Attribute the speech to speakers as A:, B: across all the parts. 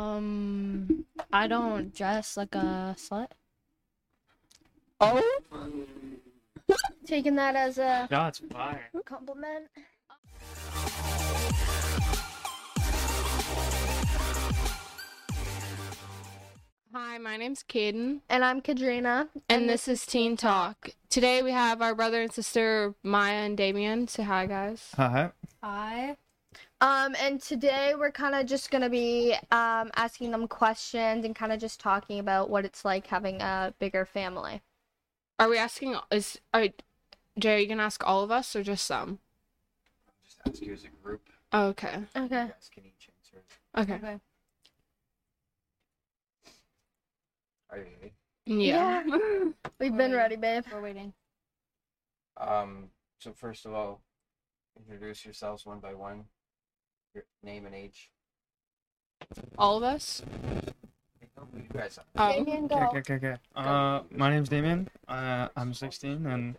A: Um, I don't dress like a slut.
B: Oh,
A: Taking that as a
C: No, it's fire.
A: compliment.
D: Hi, my name's Caden,
A: And I'm Kadrina.
D: and this is Teen Talk. Today we have our brother and sister Maya and Damien. Say hi, guys.
C: Hi.
A: Hi.
B: um, and today we're kind of just gonna be um asking them questions and kind of just talking about what it's like having a bigger family.
D: Are we asking? Is are Jay? Are you gonna ask all of us or just some?
E: Just ask you as a group.
D: Oh, Okay.
B: Okay.
E: You guys can each answer.
D: Okay.
B: Okay.
E: Are you ready?
D: Yeah.
B: We've been
A: Alrighty.
B: ready, babe.
A: We're waiting.
E: Um. So first of all, introduce yourselves one by one. Your name and age.
D: All of us.
E: Oh, You guys. are-
D: Oh.
B: Damien,
C: Okay,
B: go.
C: okay, okay, okay. Uh, my name's Damien. Uh, I'm 16, and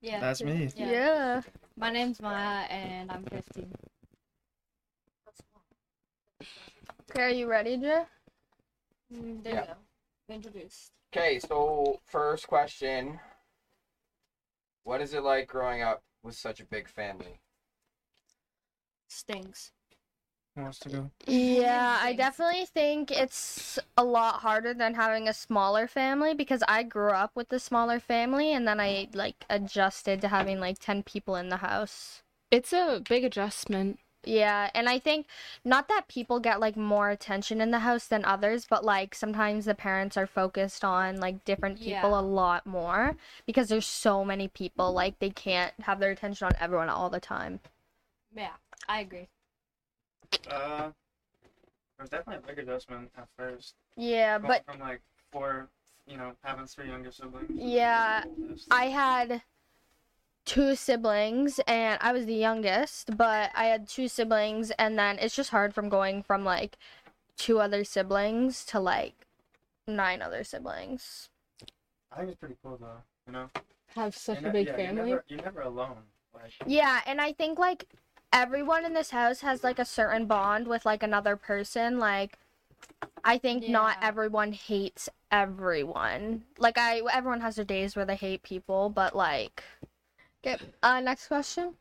A: Yeah.
C: That's me.
A: Yeah.
B: Yeah.
A: My name's Maya, and I'm 15.
B: Okay, are you ready, Jay?
A: Mm, there
E: Yeah.
A: you go. Introduced.
E: Okay. So first question. What is it like growing up with such a big family?
A: Stinks.
C: who wants to go?
B: Yeah, I
A: Amazing.
B: definitely think it's a lot harder than having a smaller family because I grew up with a smaller family and then I like adjusted to having like 10 people in the house.
D: It's a big adjustment.
B: Yeah, and I think not that people get like more attention in the house than others, but like sometimes the parents are focused on like different people
A: Yeah.
B: a lot more because there's so many people, like they can't have their attention on everyone all the time.
A: Yeah, I agree.
C: Uh, it was definitely a big adjustment at first.
B: Yeah,
C: Going
B: but
C: from like four, you know, having three younger siblings.
B: Yeah, I had two siblings and I was the youngest, but I had two siblings and then it's just hard from going from like two other siblings to like nine other siblings.
C: I think it's pretty cool though. You know,
D: Have such
C: You're
D: a
C: ne-
D: big
C: yeah,
D: family.
C: You're never, you're never alone. Like,
B: Yeah, and I think like everyone in this house has like a certain bond with like another person. Like I think not
A: Yeah.
B: everyone hates everyone. Like I everyone has their days where they hate people, but like get uh next question.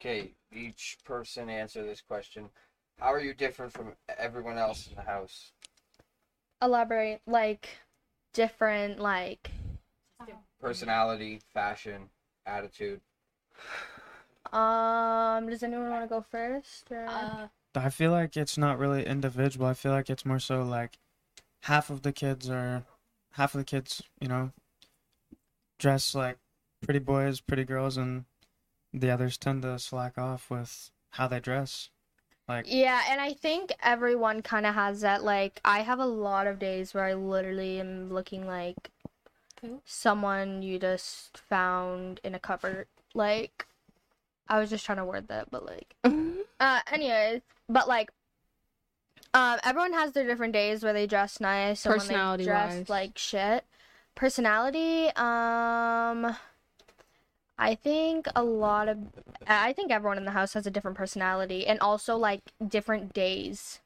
E: Okay. Each person answer this question. How are you different from everyone else in the house?
B: elaborate like different like
E: Personality, fashion, attitude.
B: um does anyone want to go first or...
A: Uh,
C: I feel like it's not really individual. I feel like it's more so like half of the kids are half of the kids, you know, dress like pretty boys, pretty girls, and the others tend to slack off with how they dress. Like
B: yeah and i think everyone kind of has that like i have a lot of days where i literally am looking like
A: Who?
B: someone you just found in a cupboard like i was just trying to word that but like uh anyways but like um everyone has their different days where they dress nice and when they dress
D: Personality-wise.
B: like shit personality um i think a lot of i think everyone in the house has a different personality and also like different days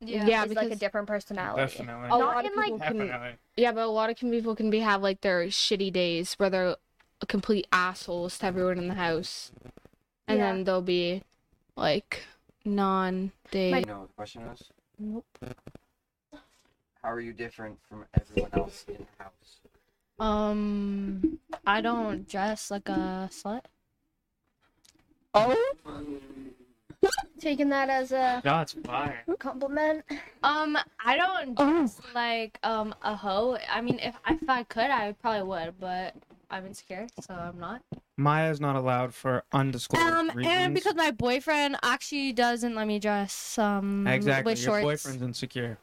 A: yeah.
D: Yeah,
B: is like a
D: because-
B: different personality
C: definitely,
D: a
A: Oh,
B: Not
D: lot of
B: in, like-
D: people can.
C: definitely.
D: Yeah, but a lot of people can be have like their shitty days where they're complete assholes to everyone in the house, and
B: Yeah.
D: then they'll be like non
E: You
D: day.
E: know what the question is?
D: Nope.
E: How are you different from everyone else in the house?
A: Um, I don't dress like a slut.
B: oh taking that as a
C: No, it's fire.
B: compliment
A: Um, I don't
D: Oh,
A: like um a hoe. I mean, if if I could, I probably would, but I'm insecure, so I'm not.
C: Maya's not allowed for undisclosed
A: Um,
C: reasons.
A: and because my boyfriend actually doesn't let me dress um
C: exactly,
A: with
C: your
A: shorts.
C: boyfriend's insecure.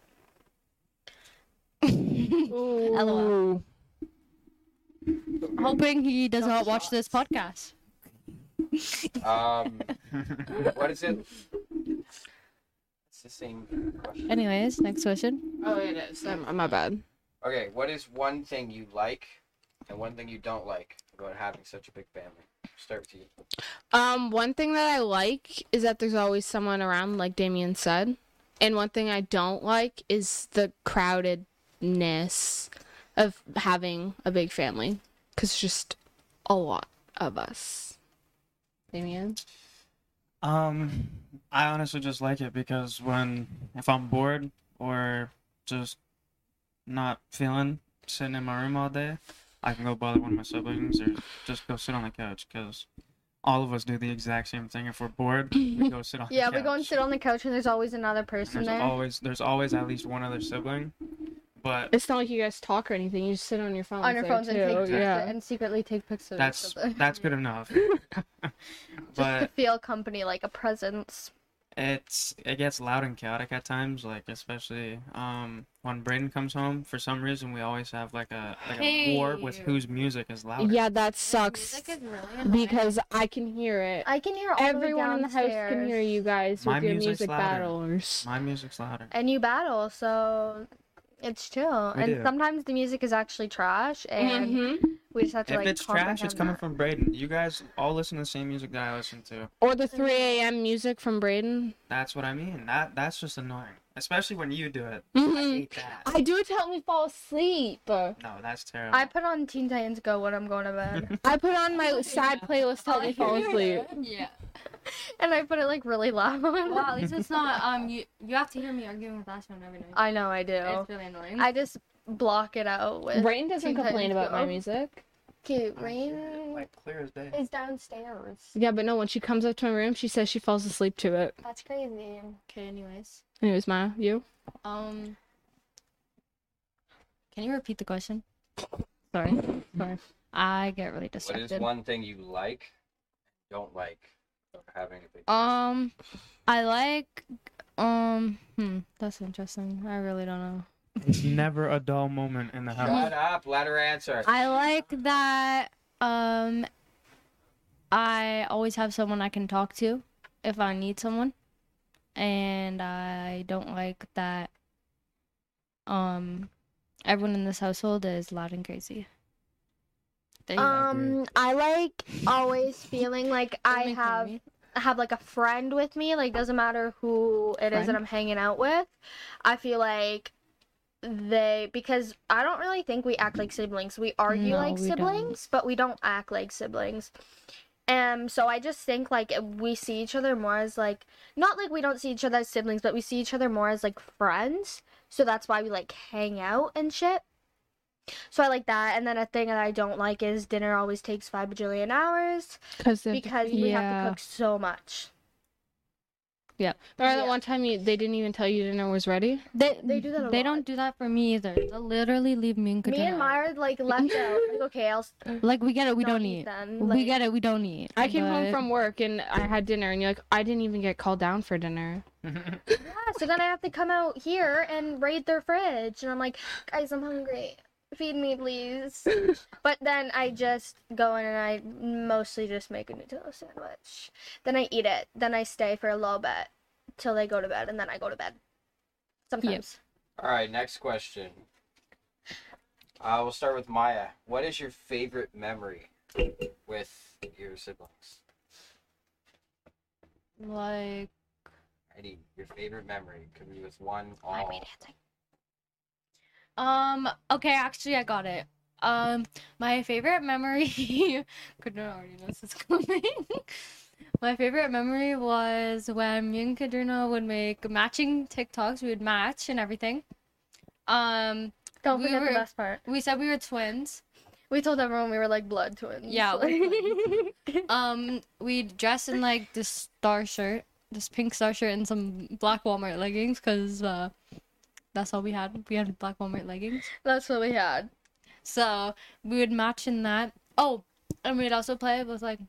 A: LOL. Hoping he does not watch this podcast.
E: Um, what is it? It's the same question.
A: Anyways, next question.
D: Oh, it is. I'm, my bad.
E: Okay, what is one thing you like and one thing you don't like about having such a big family? Start with you.
D: Um, one thing that I like is that there's always someone around, like Damien said. And one thing I don't like is the crowdedness of having a big family, because it's just a lot of us. Damien?
C: Um, I honestly just like it because when if I'm bored or just not feeling sitting in my room all day, I can go bother one of my siblings or just go sit on the couch because all of us do the exact same thing. If we're bored, we go sit on.
B: Yeah,
C: the
B: we go and
C: couch.
B: sit on the couch, and there's always another person
C: There's
B: there.
C: always there's always at least one other sibling, but
D: It's not like you guys talk or anything. You just sit on your phone.
B: on your phones and take pictures
D: yeah.
B: and secretly take pictures. of
C: that's
B: them.
C: that's good enough.
B: just to
C: but
B: feel company, like a presence.
C: it's it gets loud and chaotic at times like especially um when braden comes home for some reason we always have like a like a war with
A: Hey.
C: whose music is louder
D: yeah, that sucks
A: Music is really annoying.
D: because I can hear it.
B: I can hear all
D: Everyone
B: the way
D: in the house can hear
B: downstairs.
D: you guys
C: My
D: with your
C: music's
D: music
C: louder.
D: battles.
C: my music's louder
B: and you battle, so it's chill.
C: We
B: and
C: do.
B: sometimes the music is actually trash, and
D: Mhm.
B: we just have to
C: if
B: like.
C: it's trash it's
B: comprehend
C: coming
B: that.
C: from braden you guys all listen to the same music that i listen to
D: Or the 3 a.m. music from Braden.
C: that's what i mean that that's just annoying especially when you do it i
D: Mhm.
C: hate that
D: I do it to help me fall asleep. I
C: no that's terrible
B: I put on Teen Titans Go when I'm going to bed,
D: put on my sad playlist to help me fall asleep.
A: Yeah.
B: and I put it like really loud.
A: Wow, at least it's not. Um, you you have to hear me arguing with Ashman every night.
B: I know I do.
A: It's really annoying.
B: I just block it out with.
D: Braden doesn't
B: Teen
D: complain
B: Titans
D: about my
B: Go.
D: music.
B: Cute.
C: I hear it,
B: Rain
C: like clear as day
B: is downstairs.
D: Yeah, but no, when she comes up to my room, she says she falls asleep to it.
B: That's crazy.
A: okay, anyways.
D: Anyways, Maya, you?
A: Um. Can you repeat the question? Sorry. Sorry. I get really
E: What is
A: distracted.
E: one thing you like, don't like, of having a big?
A: Um, I like. Um, hmm, that's interesting. I really don't know.
C: it's never a dull moment in the house
E: Shut up. Let her answer.
A: I like that. Um, I always have someone I can talk to if I need someone, and I don't like that. Um, everyone in this household is loud and crazy. There you go.
B: Um, I like always feeling like
A: Don't
B: I
A: make fun of
B: have
A: me.
B: have like a friend with me. Like doesn't matter who it is that
D: Friend?
B: I'm hanging out with. I feel like they because I don't really think we act like siblings. We argue
A: No,
B: like
A: we don't.
B: siblings, but we don't act like siblings. Um, so I just think like we see each other more as like not like we don't see each other as siblings, but we see each other more as like friends. So that's why we like hang out and shit. So I like that. And then a thing that I don't like is dinner always takes five bajillion hours
D: Because
B: because we have
A: Yeah.
B: to cook so much.
D: Remember that
B: Yeah.
D: one time you, they didn't even tell you dinner was ready?
A: they
B: they do that a
A: They
B: lot.
A: don't do that for me either. They will literally leave me and
B: Me
A: Katrina
B: and Myra like left out. Like okay, I'll s-
A: out. Like we get it, we
B: not
A: don't eat.
B: then.
A: We
B: Like,
A: get it, we don't eat.
D: I came home
A: But-
D: from work and I had dinner, and you're like, I didn't even get called down for dinner.
B: yeah, so then I have to come out here and raid their fridge, and I'm like, guys, I'm hungry. Feed me, please. but then I just go in and I mostly just make a Nutella sandwich. Then I eat it. Then I stay for a little bit till they go to bed, and then I go to bed. Sometimes.
E: All right. Next question. Uh, we'll start with Maya. What is your favorite memory with your siblings?
A: Like
E: I need your favorite memory. Could be with one, all.
A: Um. Okay. Actually, I got it. Um. My favorite memory. Kadrina already knows it's coming. my favorite memory was when me and Kadrina would make matching TikToks. We would match and everything. Um.
B: Don't
A: We
B: forget
A: were-
B: the best part.
A: We said we were twins.
B: We told everyone we were like blood twins.
A: Yeah,
B: Like-
A: we're Um. We dressed in like this star shirt, this pink star shirt, and some black Walmart leggings, cause uh, that's all we had. We had black Walmart leggings.
B: that's what we had.
A: So we would match in that. Oh, and we'd also play with like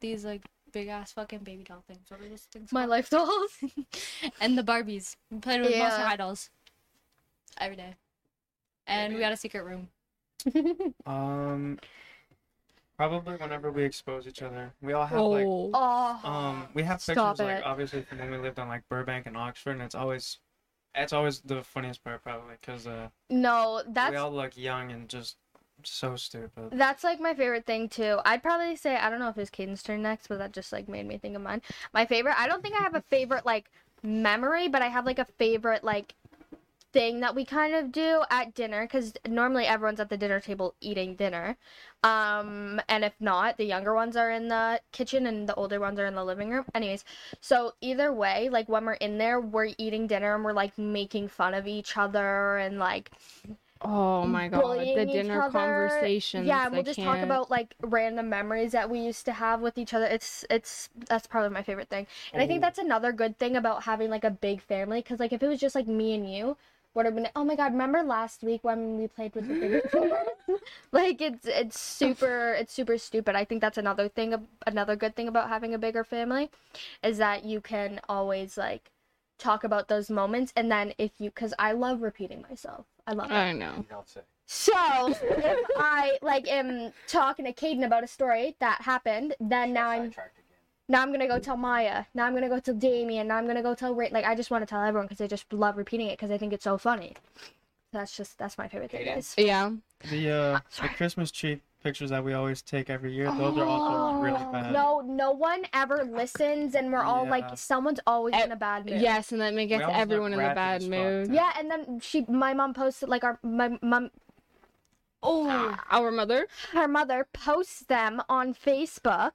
A: these like big ass fucking baby doll things. What are those things?
B: My life dolls.
A: called? and the Barbies. We played with Monster
B: Yeah.
A: High dolls every day. And we
E: man.
A: had a secret room.
C: um probably whenever we expose each other we all have like
B: Oh.
C: Um, we have pictures
B: Stop
C: like
B: it.
C: obviously from when we lived on like Burbank and Oxford, and it's always, it's always the funniest part probably because uh,
B: No,
C: we
B: that's
C: all look young and just so stupid.
B: That's like my favorite thing too. I'd probably say I don't know if it's Caden's turn next, but that just like made me think of mine. My favorite. I don't think I have a favorite like memory, but I have like a favorite like thing that we kind of do at dinner because normally everyone's at the dinner table eating dinner. Um, and if not, the younger ones are in the kitchen and the older ones are in the living room. Anyways, so either way, like when we're in there, we're eating dinner and we're like making fun of each other and like
D: Oh my god, the
B: bullying each
D: dinner
B: other.
D: conversations.
B: Yeah, and
D: I
B: we'll just talk
D: can't-
B: about like random memories that we used to have with each other. It's it's that's probably my favorite thing, and I
D: Oh.
B: think that's another good thing about having like a big family. Because like if it was just like me and you, would have been oh my god, remember last week when we played with the bigger-" like it's it's super it's super stupid. I think that's another thing ab- another good thing about having a bigger family, is that you can always like talk about those moments and then if you because i love repeating myself i love it
D: I know.
E: You don't say.
B: so if I like am talking to Caden about a story that happened, then now I'm
E: Sidetracked again.
B: now I'm gonna go tell Maya. Now I'm gonna go tell Damien. Now I'm gonna go tell Ray. Like I just want to tell everyone because I just love repeating it because I think it's so funny. That's just that's my favorite thing,
E: Caden?
B: guys.
D: Yeah.
C: The uh, the Christmas tree pictures that we always take every year, those are also really bad.
B: Oh, No, no one ever listens, and we're all
C: Uh, Yeah.
B: like, someone's always
D: Eh,
B: in a bad mood.
D: Yes, and that may
C: We
D: get
C: always look
D: everyone in a
C: ratchet
D: bad
C: as fuck,
D: mood.
C: too.
B: Yeah, and then she, my mom posted like our my mom,
D: Oh, our mother.
B: her mother posts them on Facebook,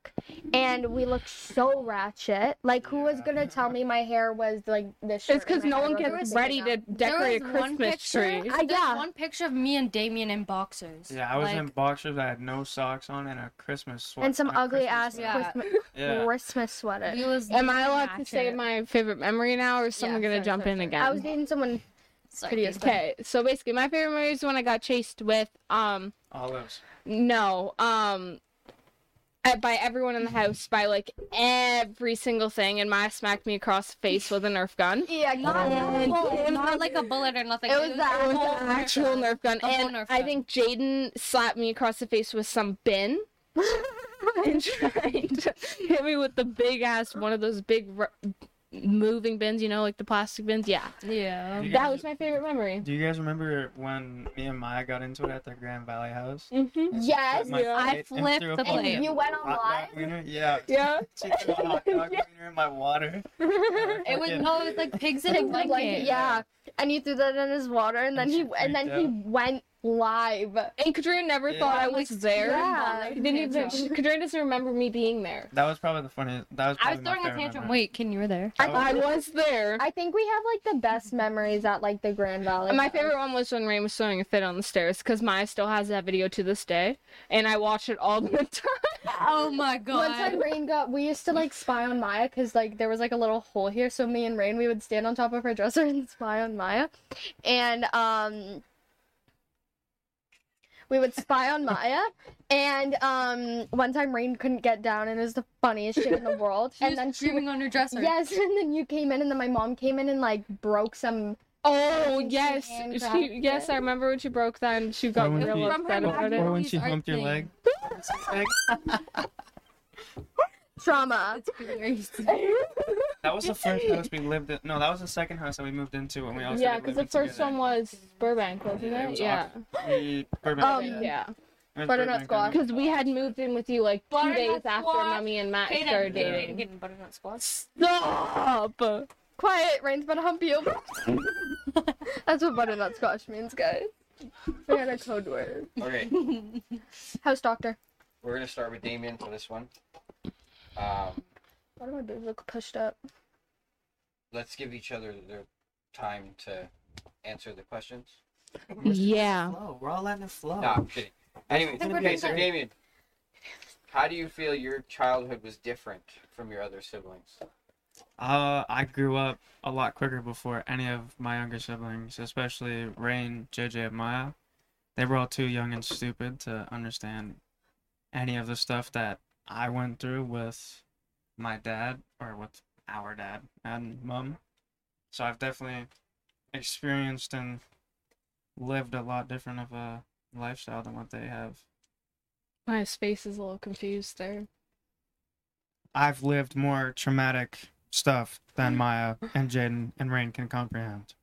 B: and we look so ratchet. Like, who was gonna tell me my hair was like this? short
D: It's because
B: and my
D: no one
B: eyebrows were
D: gets
B: this
D: ready
B: big?
D: to decorate a
A: was one
D: Christmas
A: picture-
D: tree.
B: I-
A: There's
B: yeah.
A: one picture of me and Damien in boxers.
C: Yeah, I was
A: like,
C: in boxers. I had no socks on and a Christmas sweater.
B: And some ugly ass
A: sweater. Yeah.
B: Christmas,
C: Yeah.
B: Christmas sweater.
A: we was
D: Am I
A: living
D: allowed to
A: ratchet.
D: say my favorite memory now, or is someone
A: Yeah,
D: gonna
A: sorry,
D: jump
A: sorry,
D: in
A: sorry.
D: again?
B: I was dating someone.
A: Sorry,
B: prettiest.
A: Caitlin.
D: Okay, so basically, my favorite memory is when I got chased with um
C: Olives.
D: no um uh, by everyone in the house by like every single thing, and Maya smacked me across the face with a Nerf gun.
B: Yeah,
A: Not, not, not like a bullet or nothing.
D: It was the
A: a whole Nerf
D: actual
A: gun.
D: Nerf gun,
A: A whole
D: and
A: Nerf
D: I
A: gun.
D: think Jaden slapped me across the face with some bin. and tried to hit me with the big ass one of those big r- moving bins, you know, like the plastic bins. Yeah,
A: Yeah.
C: You
D: that
C: guys-
D: was my favorite memory.
C: Do you guys remember when me and Maya got into it at the Grand Valley house?
D: Mm-hmm.
B: Yes.
C: My
D: Yeah.
A: I
C: plate and
A: flipped
C: threw
A: the
C: up a
A: plate.
B: And you went on
C: hot dog
B: live.
C: wiener? Yeah.
D: Yeah.
C: She threw a hot dog wiener in my water.
A: It was
C: Yeah.
A: no, it was like pigs in a
B: Pigs in a
A: blanket.
B: blanket, yeah. And you threw that in his water, and then
C: And
B: he
C: she
B: and then he went live.
D: And Kadrina never
C: Yeah.
D: thought I was there.
B: Yeah.
D: She Didn't even.
A: Tantrum.
D: She, Kadrina doesn't remember me being there.
C: That was probably the funniest. That was
A: I was
C: probably my
A: throwing a
C: favorite
A: tantrum.
C: memory.
A: Wait, Ken, you were there.
C: That was-
D: I was there.
B: I think we have like the best memories at like the Grand Valley.
D: my
B: House.
D: favorite one was when Rain was throwing a fit on the stairs because Maya still has that video to this day, and I watch it all the time.
A: Oh my
B: One time, Rain got. We used to like spy on Maya because like there was like a little hole here. So me and Rain, we would stand on top of her dresser and spy on Maya, and um, we would spy on Maya. And um, one time, Rain couldn't get down, and it was the funniest shit in the world.
A: She
B: and
A: and
B: then she
A: screaming on her dresser.
B: yes, and then you came in, and then my mom came in and like broke some.
D: Oh
B: She
D: yes,
B: hand grabbed
D: she, yes,
B: it.
D: I remember when she broke that and she got
C: Or when
D: real
C: she-
D: upset about it.
C: Or when she
A: Art
C: humped your
A: thing.
C: leg.
B: trauma.
C: That was the first house we lived in. No, that was the second house that we moved into when we all
D: Yeah,
C: because
D: because the first one was Burbank, wasn't
C: Yeah, it
D: it?
C: was
D: Yeah.
C: We, Burbank,
B: Um,
C: yeah.
B: Oxford.
D: Yeah.
C: It was
B: butternut
C: Burbank,
B: squash.
C: yeah.
D: Because we had moved in with you like two
A: Butternut
D: days after
A: squash,
D: Mummy and Matt started dating.
A: getting butternut squats.
D: Stop!
B: Quiet, Rain's about to hump you. That's what butternut squash means, guys. We had a code word.
E: Okay.
B: House doctor.
E: We're gonna start with Damien for this one. Um,
B: Why do my boobs look pushed up?
E: let's give each other their time to answer the questions.
D: Yeah.
C: Flow. We're all letting it flow.
E: Nah, I'm kidding. Anyway,
C: think we're
E: okay,
C: done.
E: so Damien, how do you feel your childhood was different from your other siblings?
C: Uh, I grew up a lot quicker before any of my younger siblings, especially Rain, JJ, and Maya. They were all too young and stupid to understand any of the stuff that I went through with my dad or with our dad and mom. So I've definitely experienced and lived a lot different of a lifestyle than what they have.
D: My space is a little confused there.
C: I've lived more traumatic stuff than Maya and Jaden and Rain can comprehend.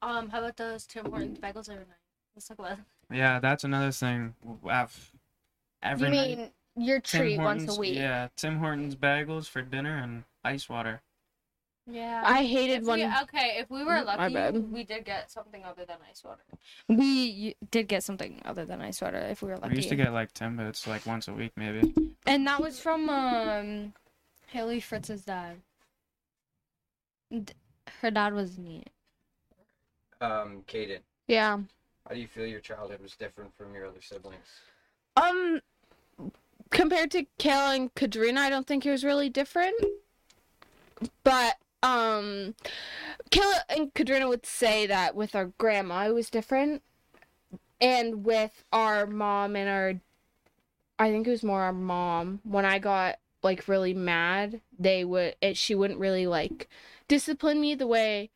A: Um, how about those Tim Hortons bagels overnight? Let's talk about.
C: Yeah, that's another thing. I've every
B: you
C: night-
B: mean your
C: Tim
B: treat once
C: Hortons-
B: a week?
C: Yeah, Tim Hortons bagels for dinner and ice water.
A: Yeah.
D: I hated when
A: okay, if we were
D: My
A: lucky,
D: bad.
A: we did get something other than ice water. We y- did get something other than ice water if we were lucky.
C: We used to get like Timbits like once a week maybe.
A: and that was from um, Haley Fritz's dad. D- her dad was neat.
E: Um, Kaden,
D: yeah.
E: how do you feel your childhood was different from your other siblings?
D: Um, compared to Kayla and Kadrina, I don't think yours really different. But um, Kayla and Kadrina would say that with our grandma, it was different, and with our mom and our, I think it was more our mom. When I got like really mad, they would it, she wouldn't really like discipline me the way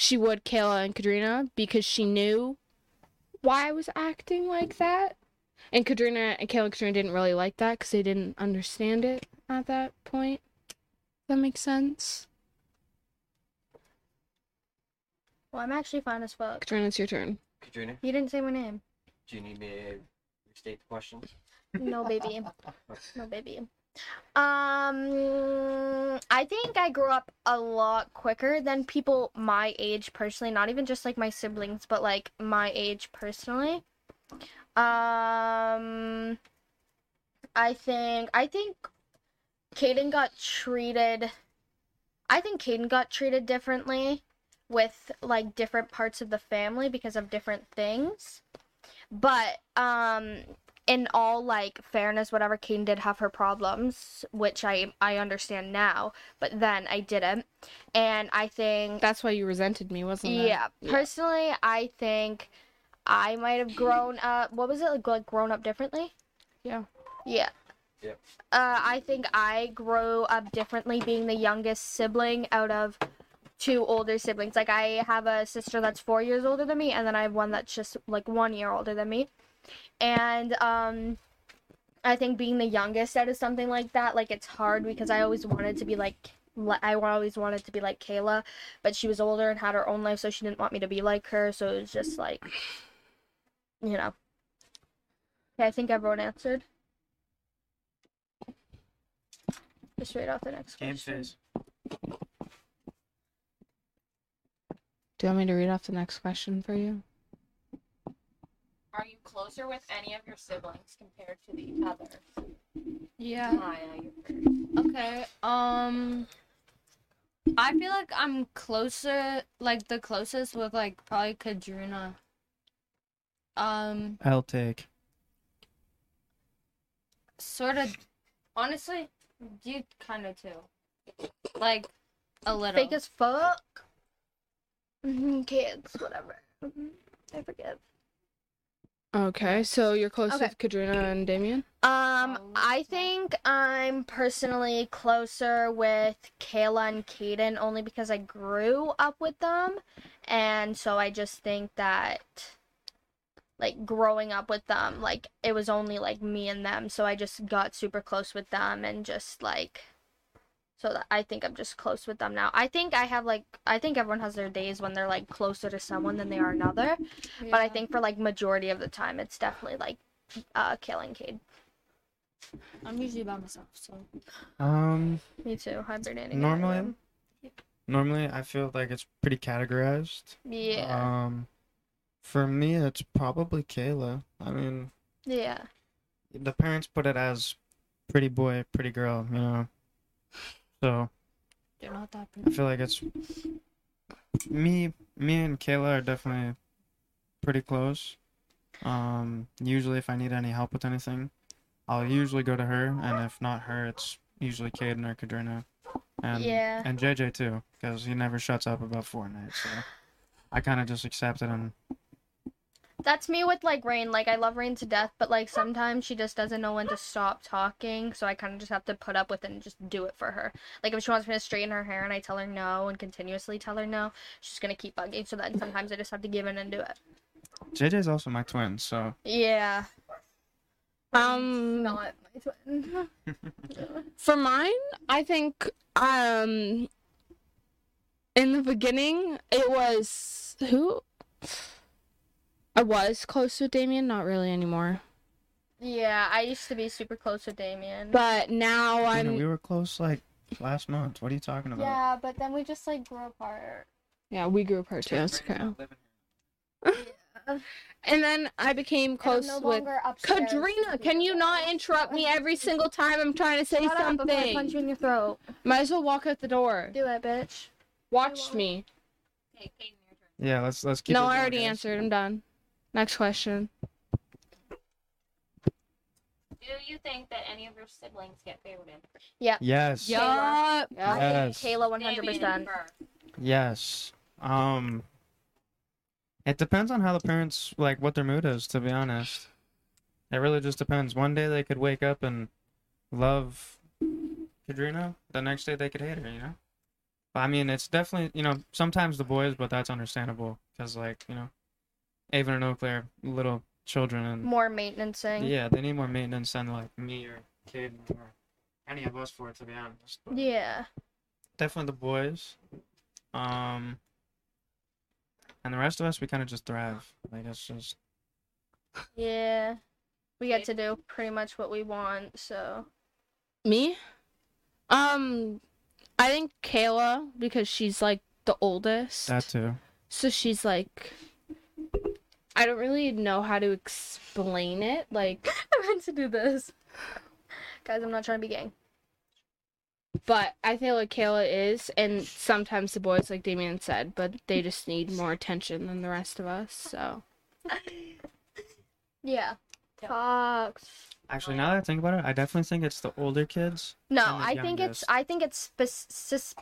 D: she would Kayla and Kadrina because she knew why I was acting like that. And Kadrina and Kayla and Kadrina didn't really like that because they didn't understand it at that point. That makes sense.
B: Well, I'm actually fine as fuck.
D: Kadrina, it's your turn.
E: Katrina,
B: You didn't say my name.
E: do you need me to restate the question?
B: No, baby. No, baby. Um, I think I grew up a lot quicker than people my age personally. Not even just like my siblings, but like my age personally. Um, I think I think Caden got treated. I think Caden got treated differently with like different parts of the family because of different things. But um in all like fairness, whatever Kane did have her problems, which I I understand now, but then I didn't, and I think
D: That's why you resented me, wasn't it?
B: Mm-hmm. yeah, personally, I think I might have grown up. What was it like? Like grown up differently?
D: Yeah.
B: Yeah.
E: Yep.
B: Uh, I think I grew up differently being the youngest sibling out of two older siblings. Like I have a sister that's four years older than me, and then I have one that's just like one year older than me. And um, I think being the youngest out of something like that, like it's hard because I always wanted to be like li- I always wanted to be like Kayla, but she was older and had her own life, so she didn't want me to be like her. So it was just like, you know. Okay, I think everyone answered. Just read off the next
C: Game
B: question.
C: face.
D: Do you want me to read off the next question for you?
F: Are you closer with any of your siblings compared to the others?
A: Yeah.
F: Maya, you're first.
A: Okay. Um I feel like I'm closer like the closest with like probably Kadrina. Um
C: I'll take.
A: sort of honestly, you kind of too. Like a little.
B: Fake as fuck. Mhm, Kids, whatever. Mhm, I forget.
D: Okay, so you're close
B: Okay.
D: with Kadrina and Damien?
B: Um,
A: Oh,
B: I
A: okay.
B: think I'm personally closer with Kayla and Kaden only because I grew up with them, and so I just think that, like, growing up with them, like, it was only like me and them, so I just got super close with them and just like, so that I think I'm just close with them now. I think I have like, I think everyone has their days when they're like closer to someone than they are another, but I
A: Yeah.
B: think for like majority of the time, it's definitely like, uh, Kayla and Kaden.
A: I'm usually by myself, so
C: Um
B: Me too. Hibernating. in my
C: normally
B: room.
C: normally I feel like it's pretty categorized.
B: Yeah.
C: Um for me it's probably Kayla. I mean
B: yeah.
C: the parents put it as pretty boy, pretty girl, you know. So
A: they're not that
C: I
A: pretty.
C: feel like it's me me and Kayla are definitely pretty close. Um usually if I need any help with anything, I'll usually go to her and if not her it's usually Caden or Kadrina. And
B: Yeah.
C: and JJ too, because he never shuts up about Fortnite, so I kinda just accept it and
B: That's me with like Rain. Like I love Rain to death, but like sometimes she just doesn't know when to stop talking, so I kind of just have to put up with it and just do it for her. Like if she wants me to straighten her hair and I tell her no and continuously tell her no, she's gonna keep bugging. So then sometimes I just have to give in and do it.
C: JJ's also my twin, so
B: Yeah.
D: Um,
B: Not my twin.
D: For mine, I think um in the beginning it was who I was close with Damien, not really anymore.
B: Yeah, I used to be super close with Damien.
D: But now
C: You know,
D: I'm
C: we were close like last month. What are you talking about?
F: Yeah, but then we just like grew apart.
D: yeah, we grew apart too. It's
E: Right now,
D: okay.
E: living-
D: And then I became close
F: and I'm no
D: with
F: longer upstairs.
D: Kadrina. Can you not interrupt me every single time I'm trying to say
B: Shut up before I
D: something?
B: punch you in your throat.
D: Might as well walk out the door.
B: Do it, bitch.
D: Watch me.
F: Okay, Caden, your turn.
C: Yeah, let's let's keep.
D: No,
C: it
D: I
C: going,
D: already
C: guys.
D: answered. I'm done. Next question.
F: Do you think that any of your siblings get favorited?
C: Yes.
B: Yup.
A: Yup.
D: Yeah.
B: I
C: Yes.
B: think Kayla 100%.
C: Yes. Um. It depends on how the parents like what their mood is. To be honest, it really just depends. One day they could wake up and love Kadrina. The next day they could hate her. You know. But, I mean, it's definitely you know sometimes the boys, but that's understandable because like you know, Avon and Oakley are little children and
B: More maintenancing.
C: Yeah, they need more maintenance than like me or Kid or any of us for it to be honest. But
B: Yeah.
C: Definitely the boys. Um and the rest of us we kinda just thrive. Like it's just
B: Yeah. We get to do pretty much what we want, so.
D: Me? Um, I think Kayla because she's like the oldest.
C: that too.
D: so she's like, I don't really know how to explain it. Like,
B: I meant to do this. Guys, I'm not trying to be gang.
D: but I feel like Kayla is, and sometimes the boys, like Damien said, but they just need more attention than the rest of us. So
B: Yeah.
F: Yep.
B: Fox.
C: Actually now that I think about it, I definitely think it's the older kids.
B: No,
C: And the
B: I think it's
C: youngest.
B: I think it's spec- sus-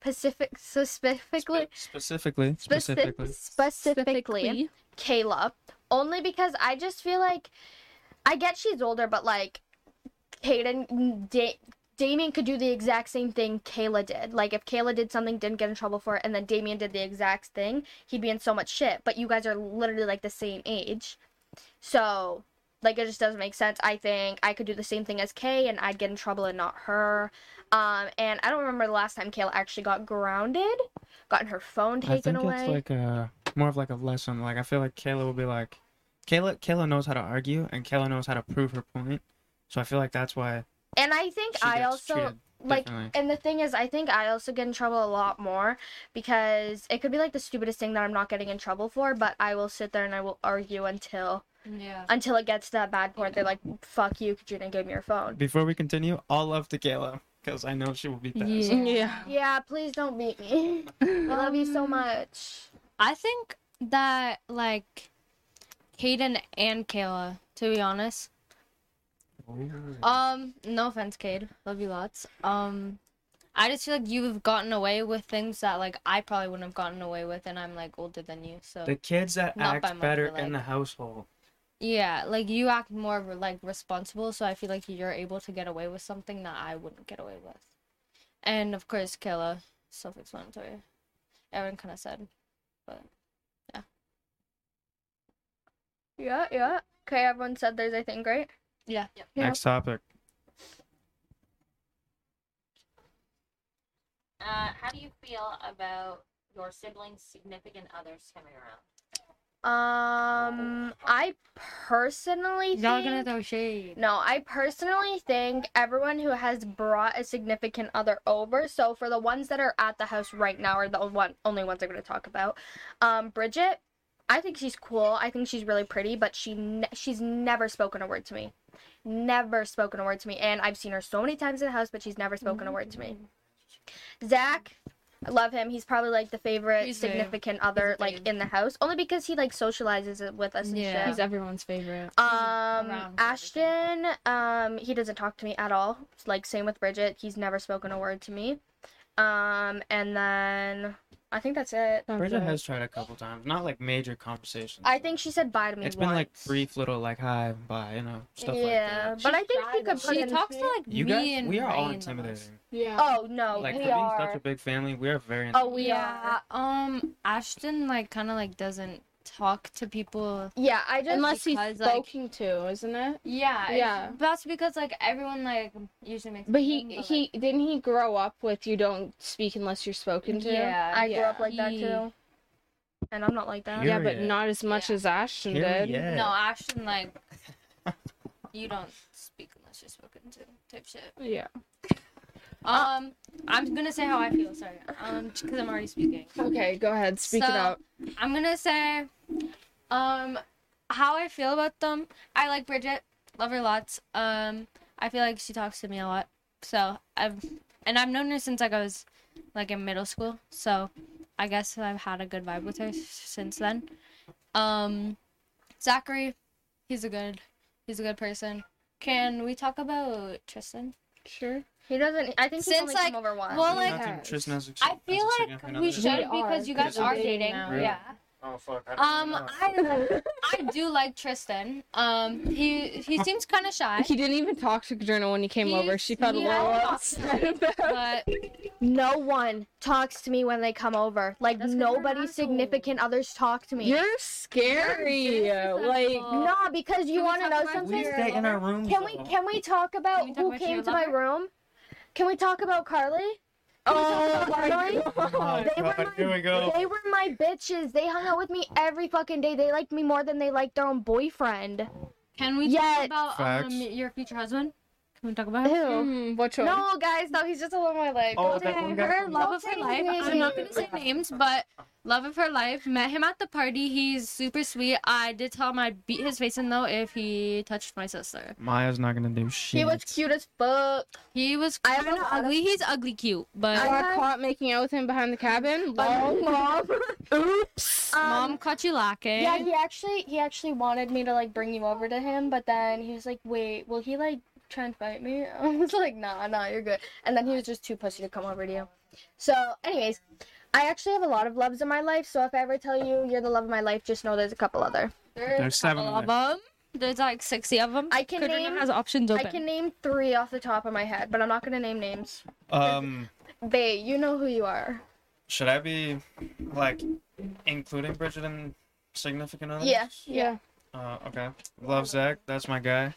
B: specific specifically
C: Specifically.
B: specifically
C: Specifically.
B: specifically Kayla only because I just feel like I get she's older, but like Kaden, da- Damien could do the exact same thing Kayla did. Like if Kayla did something, didn't get in trouble for it, and then Damien did the exact thing, he'd be in so much shit. But you guys are literally like the same age, so like it just doesn't make sense. I think I could do the same thing as Kay, and I'd get in trouble and not her. Um, and I don't remember the last time Kayla actually got grounded, gotten her phone
C: I
B: taken
C: think
B: away.
C: it's like a more of like a lesson. Like I feel like Kayla will be like Kayla Kayla knows how to argue and Kayla knows how to prove her point. So I feel like that's why
B: And I think
C: she
B: I
C: gets
B: also
C: treated
B: like
C: differently.
B: and the thing is I think I also get in trouble a lot more because it could be like the stupidest thing that I'm not getting in trouble for, but I will sit there and I will argue until
A: Yeah.
B: until it gets to that bad point. They're like, "Fuck you, Katrina, give me your phone."
C: Before we continue, all love to Kayla because I know she will be pissed.
A: Yeah.
D: yeah.
B: Yeah, please don't beat me. I love you so much.
A: I think that like Caden and Kayla, to be honest. Um, no offense, Cade. Love you lots. Um I just feel like you've gotten away with things that like I probably wouldn't have gotten away with and I'm like older than you. So
C: The kids that
A: Not by
C: act
A: much,
C: better
A: but,
C: in the
A: like-
C: household.
A: Yeah, like you act more like responsible, so I feel like you're able to get away with something that I wouldn't get away with. And of course, Kayla, self-explanatory. Everyone kind of said,
B: Yeah, yeah. Okay, everyone said theirs, I think, right?
A: Yeah.
B: Yeah.
C: Next topic.
F: Uh, how do you feel about your siblings' significant others coming around?
B: Um, I personally think
A: "Y'all gonna throw shade."
B: No, I personally think everyone who has brought a significant other over. So for the ones that are at the house right now are the one only ones I'm going to talk about. Um, Bridget, I think she's cool. I think she's really pretty, but she ne- she's never spoken a word to me. Never spoken a word to me, and I've seen her so many times in the house, but she's never spoken a word to me. Zach. I love him. He's probably like the favorite
A: Mm-hmm. He's a-
B: significant other
A: he's a
B: like
A: babe.
B: in the house, only because he like socializes it with us and
A: Yeah.
B: shit.
A: He's
D: He's everyone's favorite.
A: Mhm.
B: Um,
A: Around everything.
B: Ashton, um, he doesn't talk to me at all. Like same with Bridget, he's never spoken a word to me. Um, and then I think that's it.
C: Bridget has tried a couple times, not like major conversations.
B: I think she said bye to me.
C: it's
B: once.
C: been like brief little like hi, bye, you know, stuff
B: yeah,
C: like
B: but
C: that.
F: She's
B: I think
F: shy,
B: she could
F: though.
B: put
A: She
B: in-
A: talks to like
C: You
A: me
C: guys,
A: and
C: we are all
A: Ryan the most.
C: intimidating.
D: Yeah.
B: Oh no,
C: Like for
B: we
C: being
B: are.
C: such a big family, we are very.
B: Oh, we
A: Yeah.
B: are.
A: Um, Ashton like kind of like doesn't talk to people.
B: Yeah, I just
D: Unless he's
A: because, like-
D: spoken to, isn't it?
A: Yeah.
D: it's- Yeah.
A: That's because like everyone like usually makes.
D: But he he didn't he grow up with you don't speak unless you're spoken to.
A: Yeah.
B: I grew up like that
A: He-
B: too. and I'm not like that.
D: yeah, but
C: Period.
D: not as much as Ashton did.
C: Period.
A: No, Ashton, like, you don't speak unless you're spoken to, type shit.
D: Yeah.
A: Um, I'm gonna say how I feel. Sorry, um, because I'm already speaking.
D: Okay, go ahead. Speak
A: So-
D: it out.
A: I'm gonna say, um, how I feel about them. I like Bridget, love her lots. Um, I feel like she talks to me a lot. So I've, and I've known her since like I was, like in middle school. So I guess I've had a good vibe with her s- since then. Um, Zachary, he's a good, he's a good person. Can we talk about Tristan?
D: Sure.
B: He doesn't. I think he's
A: Since,
B: only
A: like,
B: come over once.
A: well,
C: I
A: like,
C: don't think
D: Yes.
C: Tristan has a-
A: I
C: has
A: feel
C: a
A: like
C: significant
A: we
C: other.
A: should
D: We are,
A: because you
D: because
A: guys
D: we're
A: are
D: dating
A: dating.
D: now.
C: Really?
A: Yeah.
E: Oh fuck. I
B: Uh,
A: Um, I I do like Tristan. Um, he he seems kind of shy,
D: He didn't even talk to Kaderna when he came over.
A: He's-
D: She felt a
A: he
D: little
A: has-
D: upset about
A: but
B: no one talks to me when they come over. Like
A: That's 'cause you're an
B: nobody
A: asshole.
B: significant others talk to me.
D: You're scary.
A: You're
D: Like,
A: disrespectful.
B: no, because
A: Can
B: you
A: we
B: want to
A: talk
B: know
A: about
B: something.
A: your
C: we stay in our rooms.
B: Can we
C: though.
B: can we talk about
A: we talk
B: who
A: about
B: came
A: your
B: to my
A: lover?
B: room? Can we talk about Carly?
D: oh
B: my
D: my
C: Oh my
D: god.
B: They were
C: God,
B: my-
C: here we go.
B: They were my bitches. They hung out with me every fucking day. They liked me more than they liked their own boyfriend.
A: can we
B: Yeah.
A: talk about
C: Facts.
A: um, your future husband? Can we talk about
B: Who?
A: him?
D: Mm, which one?
B: No, guys, no, he's just a little more like.
C: Oh, that one guy.
A: Her love of her life. I'm not gonna say names, but love of her life. Met him at the party. He's super sweet. I did tell him I'd beat his face in though if he touched my sister.
C: Maya's not gonna do shit.
B: He was cute as fuck.
A: He was
B: I
A: kind of
B: don't know.
A: ugly. He's ugly cute, but
D: I got caught making out with him behind the cabin. Lol.
B: mom.
D: Oops.
B: Um,
A: Oh, mom caught you lacking.
B: Yeah, he actually he actually wanted me to like bring you over to him, but then he was like, "Wait, will he like try and fight me?" I was like, "Nah, nah, you're good." And then he was just too pussy to come over to you. So, anyways, I actually have a lot of loves in my life. So if I ever tell you you're the love of my life, just know there's a couple other.
A: There's
C: There's seven
A: seven
C: of
A: of them. There's like sixty of them.
B: I can
A: Katrina
B: name-
A: has options open.
B: I can name three off the top of my head, but I'm not gonna name names.
C: Um,
B: They, you know who you are.
C: should I be like including Bridget and significant others?
B: Yeah,
D: Yeah.
C: Uh, okay. Love Zach. That's my guy.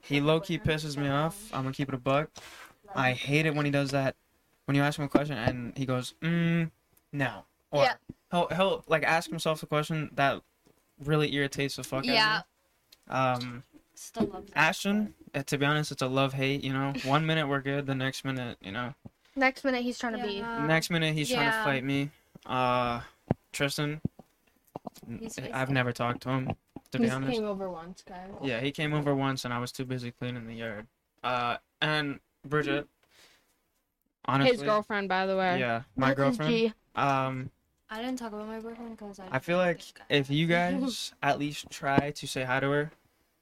C: He low key pisses me off. I'm gonna keep it a buck. I hate it when he does that. When you ask him a question and he goes, mm, no. Or
B: Yeah.
C: he'll, he'll like ask himself a question that really irritates the fuck
A: Yeah.
C: out of me. Um,
A: Still love that.
C: Ashton, uh, to be honest, it's a love hate, you know? One minute we're good, the next minute, you know?
B: Next minute he's trying to be.
A: um,
C: next minute he's trying
A: Uh, yeah.
C: to fight me. Uh, Tristan, n-
A: He's
C: I've
A: wasted.
C: never talked to him, to be honest.
D: over once, guys.
C: Yeah, he came over once and I was too busy cleaning the yard. Uh, and Bridget, honestly,
D: His girlfriend, by the way.
C: yeah, my
B: That's his
C: girlfriend.
B: G.
C: Um,
A: I didn't talk about my boyfriend because I.
C: I feel like if you guys at least try to say hi to her,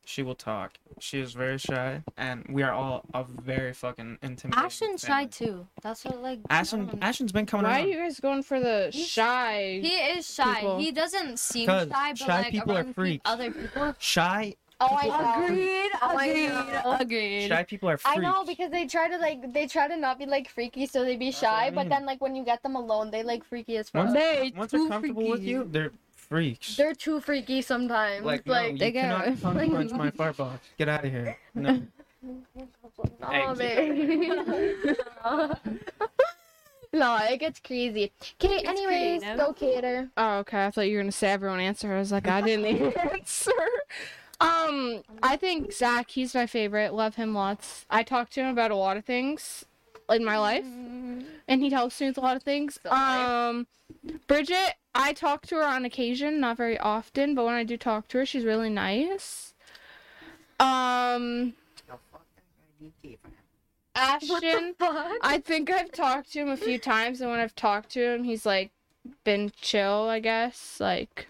C: she will talk. She is very shy, and we are all a very fucking intimidating.
A: Ashton's shy
C: family.
A: too. Um, That's what like. I
C: Ashton,
A: don't know.
C: Ashton's been coming
D: Why are
C: out.
D: you guys going for the
A: He's-
D: shy?
A: He is shy.
D: People.
A: He doesn't seem
C: 'Cause
A: shy, but
C: shy
A: like
C: people are
A: around peop-
C: freaks.
A: other people.
C: Shy,
B: Oh, I know.
A: Agreed.
B: Oh my
A: Agreed.
B: God.
A: agreed.
C: shy people are
B: I
C: freaks.
B: know because they try to like they try to not be like freaky, so they be
C: what
B: shy.
C: I
B: But
C: mean.
B: then like when you get them alone, they like freaky as fuck.
C: Once-
D: They
C: Once they're
D: too
C: comfortable with
D: freaky.
C: you, they're freaks.
B: They're too freaky sometimes.
C: like,
B: Like,
C: no, you
B: they
D: go.
C: cannot tongue punch my fart box. Get out of here. No.
B: no, they. no, it gets crazy. Okay, anyways,
A: creative.
B: go cater.
D: Oh, okay. I thought you were gonna say everyone answer. I was like, I didn't answer. Um, I think Zach, he's my favorite. Love him lots. I talk to him about a lot of things in my life, and he helps me with a lot of things. Um, Bridget, I talk to her on occasion, not very often, but when I do talk to her, she's really nice. Um, Ashton,
B: Fuck.
D: I think I've talked to him a few times, and when I've talked to him, he's like been chill, I guess. Like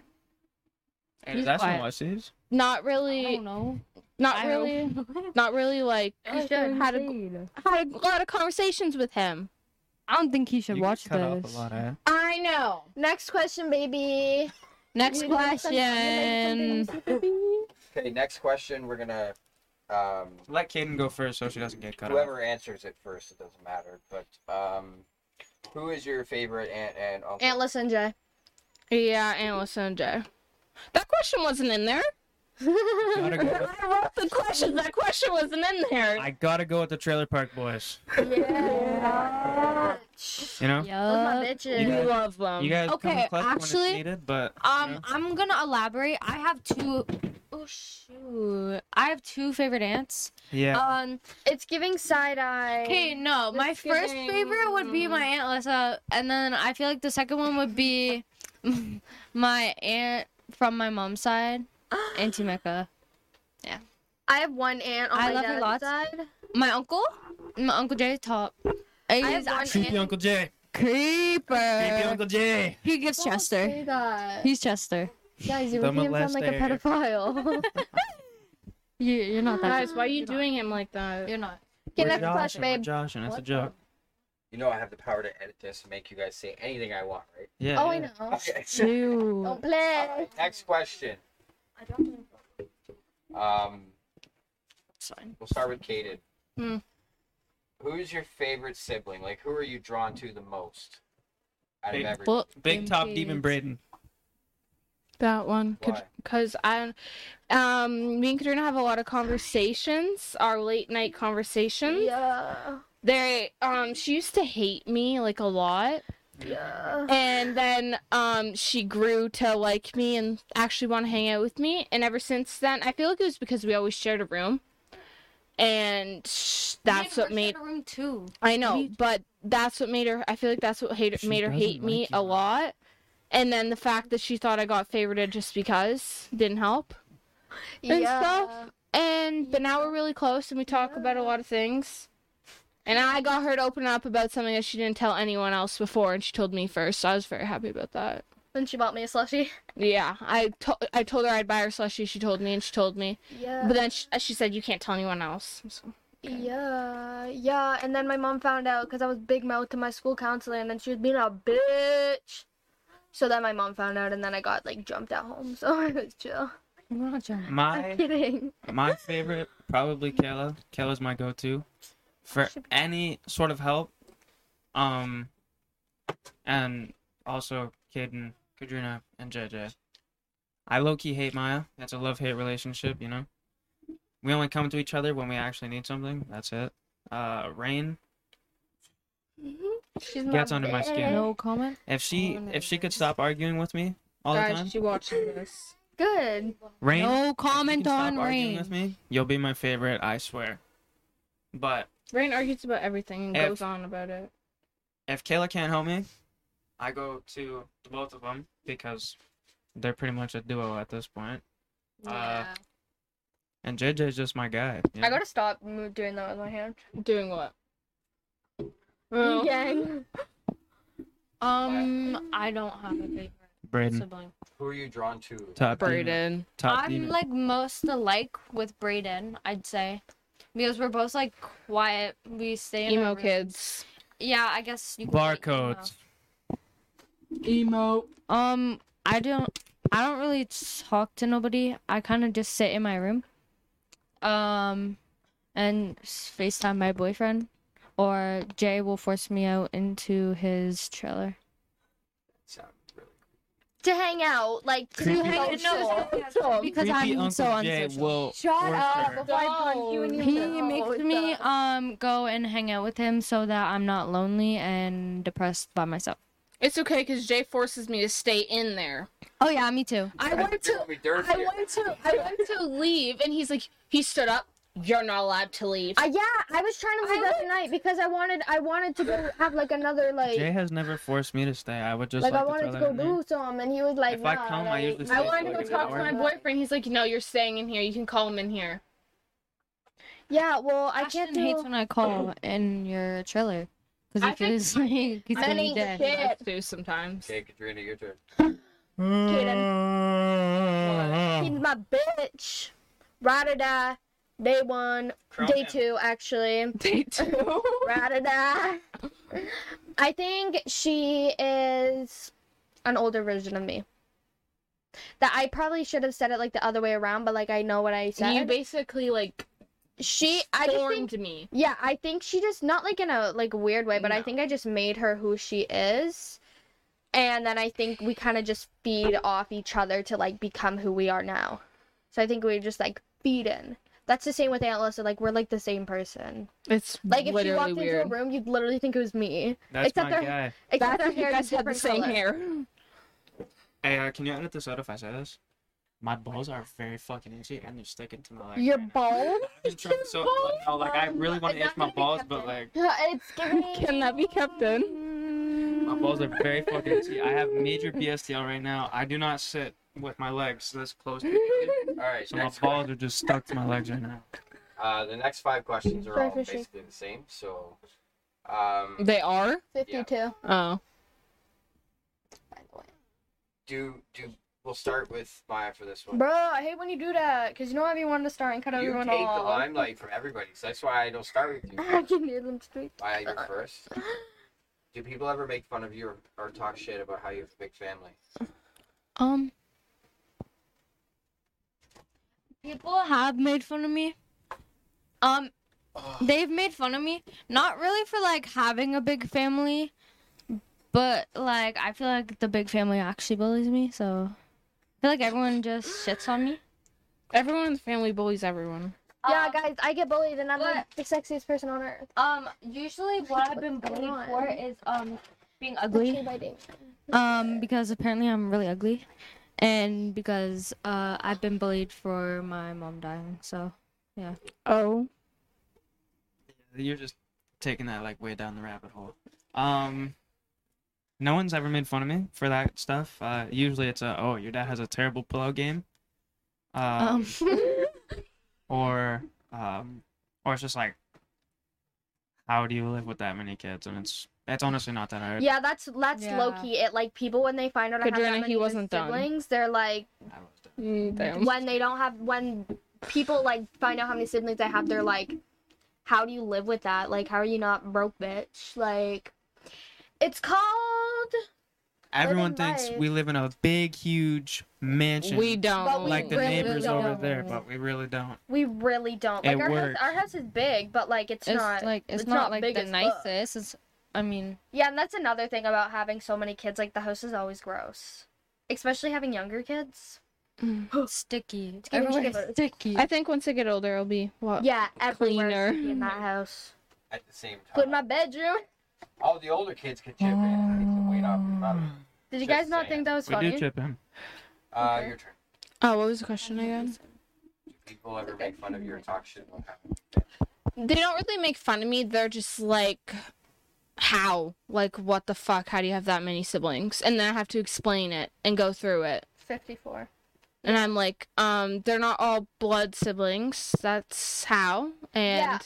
C: Hey, does Ashton
D: quiet.
C: watch these?
D: not
A: I
D: really,
A: don't know.
D: not
A: I
D: really, not really like
B: You should.
D: had a, had a lot of conversations with him.
A: I don't think he should
C: You
A: watch
C: get cut
A: this.
C: off a lot, eh?
D: I know.
B: Next question, baby.
A: Next
B: You know something- you know
A: question.
B: something baby?
E: Okay, next question. We're gonna um,
C: Let Kaden go first so she doesn't get cut off.
E: whoever answers it first. It doesn't matter. But um, who is your favorite aunt and uncle?
B: Aunt listen, Jay.
D: Yeah, and listen, Jay. That question wasn't in there.
C: Gotta go.
D: I wrote the question. That question wasn't in there.
C: I gotta go with the Trailer Park Boys.
B: yeah. bitch.
C: You know,
B: Those my
A: Yup.
B: bitches.
C: You- guys-
D: love them.
C: you guys
A: Okay,
C: come clutch when
A: actually,
C: it's needed, but you
A: Um,
C: know,
A: I'm gonna elaborate. I have two oh shoot. I have two favorite aunts.
C: yeah,
B: uh,
A: Um,
B: It's giving side eye.
A: okay, no, my
B: Just
A: first
B: kidding.
A: favorite would be my aunt Lisa, and then I feel like the second one would be my aunt from my mom's side, Auntie Mecca.
B: I have one aunt on
A: I
B: my
A: love her
B: dad's
A: lots.
B: side.
A: My uncle, my uncle Jay top.
B: I have
A: He's
B: one
A: a
C: creepy
B: aunt.
C: Uncle Jay, creepy
A: creeper.
C: Uncle Jay.
A: He gives
B: Don't
A: Chester.
B: say that.
A: He's Chester.
B: Guys, you're
C: The
B: making him sound like a
C: molester.
B: pedophile.
A: You, you're not that.
D: Guys, why are you doing him like that?
A: You're not.
B: okay,
C: We're
B: next
C: Josh
B: flash,
C: and we're
B: babe.
C: Josh, and it's a joke.
E: You know I have the power to edit this and make you guys say anything I want, right?
C: Yeah.
B: Oh, I
C: yeah.
B: know.
E: Okay.
D: Ew.
B: Don't play.
E: Alright, next question.
F: I don't know.
E: Um,
A: It's fine.
E: we'll start with Kaden.
D: Hmm.
E: Who's your favorite sibling? Like, who are you drawn to the most? Out of
C: Big
E: everyone.
D: Well,
C: Big top
A: Kids.
C: demon Braden.
D: that one.
E: Why?
D: Because I, um, me and Katrina have a lot of conversations, our late night
B: Mm-hmm.
D: conversations.
B: Yeah.
D: They, um, she used to hate me like a lot.
B: Yeah.
D: and then um she grew to like me and actually want to hang out with me and ever since then i feel like it was because we always shared a room and sh- that's what made
A: room too.
D: i know but that's what made her i feel like that's what hate,
C: She
D: made her hate
C: doesn't
D: me
C: like you.
D: a lot and then the fact that she thought i got favorited just because didn't help and
B: yeah.
D: stuff and but now we're really close and we talk about a lot of things and I got her to open up about something that she didn't tell anyone else before, and she told me first. So I was very happy about that.
B: Then she bought me a slushie.
D: Yeah, I to- I told her I'd buy her slushy. She told me, and she told me.
B: Yeah.
D: But then she, she said you can't tell anyone else. So-
B: Yeah, yeah, and then my mom found out because I was big mouth to my school counselor, and then she was being a bitch. So then my mom found out, and then I got like jumped at home. So I was chill.
A: We're not jumping.
B: I'm
C: My
B: kidding.
C: my favorite probably Kayla. Kayla's my go-to for any sort of help. Um, and also Kaden, Kadrina, and JJ. I low-key hate Maya. That's a love-hate relationship, you know. We only come to each other when we actually need something. That's it. Uh, Rain
B: She's
C: gets under my skin.
A: No comment.
C: If she if she could stop arguing with me all the time,
D: Guys, she watching this.
B: Good.
C: Rain.
A: No
C: if you
A: comment
C: can stop
A: on
C: arguing
A: rain.
C: With me, you'll be my favorite. I swear. But
D: Rain argues about everything and
C: If-
D: goes on about it.
C: if Kayla can't help me, I go to the both of them because they're pretty much a duo at this point. Uh, and JJ's just my guy. you
B: I
C: know?
B: gotta stop mo- doing that with my hand.
D: Doing what?
B: Yang.
A: Um, I don't have a favorite
C: Braden,
A: sibling.
E: Who are you drawn to?
C: top demon,
D: Braden.
C: top
A: I'm
C: demon.
A: like most alike with Brayden, I'd say, because we're both like quiet. We stay in
D: Emo
A: our room.
D: kids.
A: Yeah, I guess you could say emo.
B: uh,
C: barcodes.
D: Emo.
A: Um, I don't. I don't really talk to nobody. I kind of just sit in my room, um, and s- Facetime my boyfriend, or Jay will force me out into his trailer.
E: Sound really
B: To hang out, like to
C: Creepy.
B: hang
A: No, because
C: Creepy
A: I'm
C: Uncle
A: so
C: Jay
A: unsocial.
C: will
B: Shut
C: for
B: up
C: sure.
B: before I punch you in your
A: He
B: mouth.
A: makes me um go and hang out with him so that I'm not lonely and depressed by myself.
D: It's okay because Jay forces me to stay in there.
A: Oh yeah, me too.
D: I went to.
E: Be dirty
D: I
E: here.
D: went to. I went to leave, and he's like, he stood up. You're not allowed to leave.
B: Uh, yeah, I was trying to leave that tonight because I wanted, I wanted to go have like another like.
C: Jay has never forced me to stay. I would just
B: like,
C: like,
B: I wanted
C: to
B: to
C: throw
B: go
C: that in there.
B: do some, and he was like,
C: If
B: nah,
C: I come, I
B: like,
C: usually
D: I
C: stay
D: wanted to go
C: Like an
D: talk to
C: hour?
D: my boyfriend. He's like, no, you're staying in here. You can call him in here.
B: Yeah, well, I can't
A: Ashton hates
B: do.
A: when I call in your trailer because
D: I
A: he feels like he's
D: I
A: gonna
D: think
A: be dead.
D: he does too sometimes.
E: Okay, Katrina, your turn.
B: He's my bitch. Ride or die. Day one, day
C: Cronin.
B: two, actually.
D: They do.
B: Ride or die. I think she is an older version of me. That I probably should have said it like the other way around, but like I know what I said.
D: You basically like
B: she, I just think
D: stormed me.
B: Yeah, I think she just not like in a like weird way, but I
D: No.
B: think I just made her who she is. And then I think we kind of just feed off each other to like become who we are now. So I think we just like feed in. That's the same with Aunt Alyssa. Like we're like the same person.
D: It's
B: Like if you
D: literally
B: walked
D: weird.
B: into a room, you'd literally think it was me.
C: That's
B: Except
C: my
B: they're-
C: guy.
B: Except our
D: That's- you
B: hair
D: guys
B: is
D: had the
B: different
D: same
B: color.
D: hair.
C: Hey, uh, can you edit this out if I say this? My balls are very fucking itchy and they're sticking to my leg.
B: You're
C: right now.
B: bald.
C: I've been trying so no, like I really want to itch my balls, but like
B: Yeah, it's giving.
D: Can that be kept in?
C: my balls are very fucking itchy. I have major BSDL right now. I do not sit with my legs this close, to me,
E: All right,
C: so my
E: next
C: balls are just stuck to my legs right now.
E: Uh, the next five questions are
B: Sorry
E: all
B: for shaking.
E: basically the same. So, um,
D: They are.
B: Fifty-two.
D: Oh,
B: By the way.
E: do do we'll start with Maya for this one.
B: Bro, I hate when you do that because you know everyone to start and cut
E: you
B: everyone
E: take
B: off.
E: the limelight from everybody, so that's why I don't start with you.
B: I can hear them speak.
E: Maya, you're first. Do people ever make fun of you or, or talk shit about how you have a big family?
A: Um, people have made fun of me. Um, they've made fun of me. Not really for like having a big family, but like I feel like the big family actually bullies me. So I feel like everyone just shits on me.
D: everyone in the family bullies everyone.
B: Yeah,
A: Um,
B: guys, I get bullied and I'm
A: but-
B: like the sexiest person on earth.
A: Um, usually what I've been
B: What's
A: bullied
B: going
A: for
B: on?
A: is um being
B: Actually,
A: ugly.
B: by Damien.
A: Um, because apparently I'm really ugly, and because uh I've been bullied for my mom dying. So
D: Oh,
C: You're just taking that like way down the rabbit hole. Um, no one's ever made fun of me for that stuff. Uh, usually it's a oh your dad has a terrible pillow game.
E: Oh.
C: Uh,
A: um.
C: or um, or it's just like, how do you live with that many kids? And it's it's honestly not that hard.
B: Yeah, that's that's
A: Yeah.
B: low key. It like people when they find out I have
D: Katrina,
B: that many
D: he wasn't done.
B: siblings, they're like
C: I was done.
D: Mm, damn.
B: when they don't have when people like find out how many siblings I have, they're like, how do you live with that? Like, how are you not broke, bitch? Like, it's called.
C: Everyone thinks
B: life.
C: we live in a big, huge mansion,
D: We don't.
B: But we
C: like the
B: really
C: neighbors
B: don't.
C: over there, but we really don't.
B: We really don't. Like
C: It
B: our
C: works.
B: house, our house is big, but like it's,
A: it's
B: not.
A: like it's,
B: it's
A: not,
B: not
A: like
B: big
A: the
B: as fuck.
A: nicest. It's I mean
B: Yeah, and that's another thing about having so many kids. Like the house is always gross, especially having younger kids.
A: sticky.
B: It's gonna be
A: Everywhere's
B: shivers.
A: sticky.
D: I think once I get older, I'll be what?
B: Yeah, everywhere
D: Cleaner.
B: in that house.
E: At the same time,
B: Put my bedroom.
E: all the older kids can chip in and take some weight off your mother.
B: Did you
E: Just
B: guys not
E: saying.
B: think that was
C: We
B: funny?
C: do chip him.
E: Uh,
B: Okay.
E: your turn.
D: Oh, what was the question again?
E: Do people ever make fun of you or talk shit about how?
D: They don't really make fun of me. They're just like, how? Like, what the fuck? How do you have that many siblings? And then I have to explain it and go through it.
B: 54.
D: And I'm like, um, they're not all blood siblings. That's how. And
B: Yeah.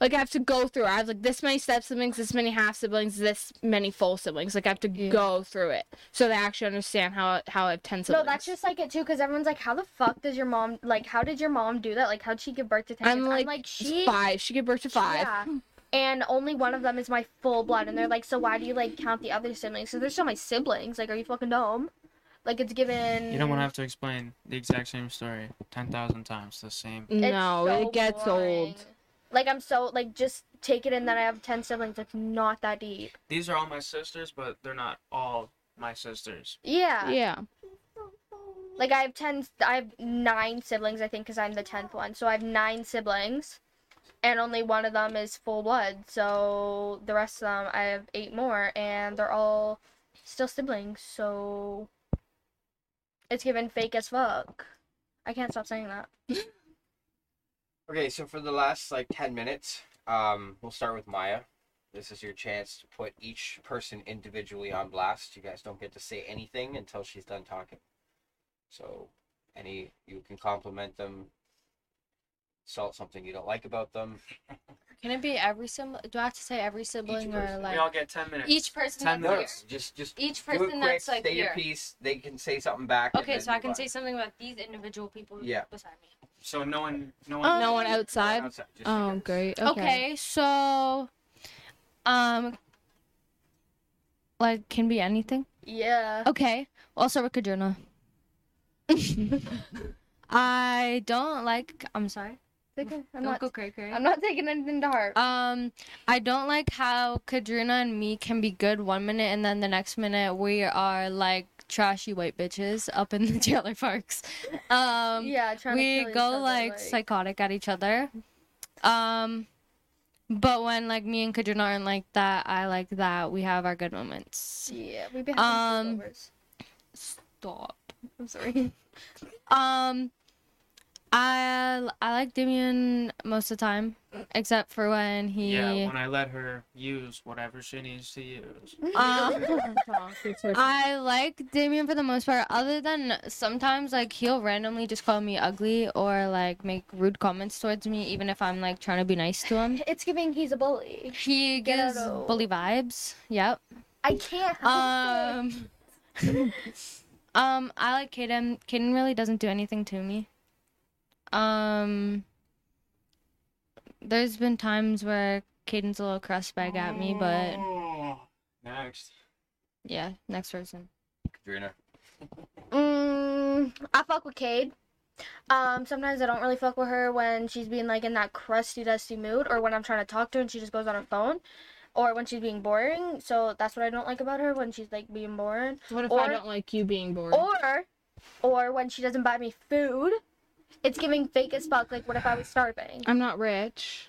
D: like, I have to go through. I have like this many step siblings, this many half siblings, this many full siblings. Like, I have to go through it so they actually understand how how I have ten
B: No,
D: siblings.
B: that's just like it too, because everyone's like, how the fuck does your mom, like, how did your mom do that? Like, how'd she give birth to 10
D: I'm
B: kids?
D: like,
B: she.
D: five. She gave birth to five.
B: Yeah. And only one of them is my full blood. And they're like, so why do you, like, count the other siblings? Because there's so many siblings. Like, are you fucking dumb? Like, it's given.
C: You don't want to have to explain the exact same story ten thousand times. The same.
B: It's
D: No,
B: so
D: it gets
B: boring.
D: old.
B: Like, I'm so, like, just take it in that I have 10 siblings. It's not that deep.
C: These are all my sisters, but they're not all my sisters.
B: Yeah.
D: Yeah.
B: Like I have ten, I have nine siblings, I think, because I'm the tenth one. So I have nine siblings, and only one of them is full blood. So the rest of them, I have eight more, and they're all still siblings. So it's given fake as fuck. I can't stop saying that.
E: Okay, so for the last like 10 minutes, um, we'll start with Maya. This is your chance to put each person individually on blast. You guys don't get to say anything until she's done talking. So, any you can compliment them, insult something you don't like about them.
A: Can it be every sibling? Do I have to say every sibling or
E: person.
A: like
C: get ten minutes.
A: each person?
C: Ten
A: that's
E: No,
A: here?
C: minutes.
E: just just
A: Each
E: do it
A: person
E: quick,
A: that's like
E: say your
A: here.
E: piece. They can say something back. and
A: Okay,
E: then
A: so I
E: move
A: can
E: on.
A: say something about these individual people
E: Yeah.
A: beside me.
C: So no one, no one.
A: one-
D: no one
A: Um,
D: outside.
E: Outside, just-
D: Oh, great. Okay.
A: Okay. so um like can be anything.
B: Yeah.
A: Okay. I'll start with Katrina. I don't like I'm sorry.
B: I'm
A: Don't
B: not.
A: go cray cray.
B: I'm not taking anything to heart.
A: Um, I don't like how Kadrina and me can be good one minute and then the next minute we are like trashy white bitches up in the trailer parks. Um,
B: yeah, trying to
A: we
B: kill each
A: go
B: other,
A: like, psychotic at each other. Um, but when like me and Kadrina aren't like that, I like that we have our good moments.
B: Yeah, we've been
A: Um,
B: having sleepovers.
A: Stop.
B: I'm sorry.
A: Um, I I like Damien most of the time, except for when he.
C: Yeah, when I let her use whatever she needs to use.
A: um,
D: I
A: I like Damien for the most part, other than sometimes like he'll randomly just call me ugly or like make rude comments towards me, even if I'm like trying to be nice to him.
B: It's giving he's a bully.
A: He gives
B: Ghetto.
A: bully vibes. Yep.
B: I can't. help it.
A: Um. um. I like Kaden. Kaden really doesn't do anything to me. Um. There's been times where Kaden's a little crust bag at me, but
E: Next.
A: yeah. Next person.
E: Katrina.
B: Mm, I fuck with Cade. Um, sometimes I don't really fuck with her when she's being like in that crusty dusty mood, or when I'm trying to talk to her and she just goes on her phone, or when she's being boring. So that's what I don't like about her when she's like being boring,
D: what if
B: Or-
D: I don't like you being bored?
B: or, or when she doesn't buy me food. It's giving fake as fuck. Like, what if I was starving?
D: I'm not rich.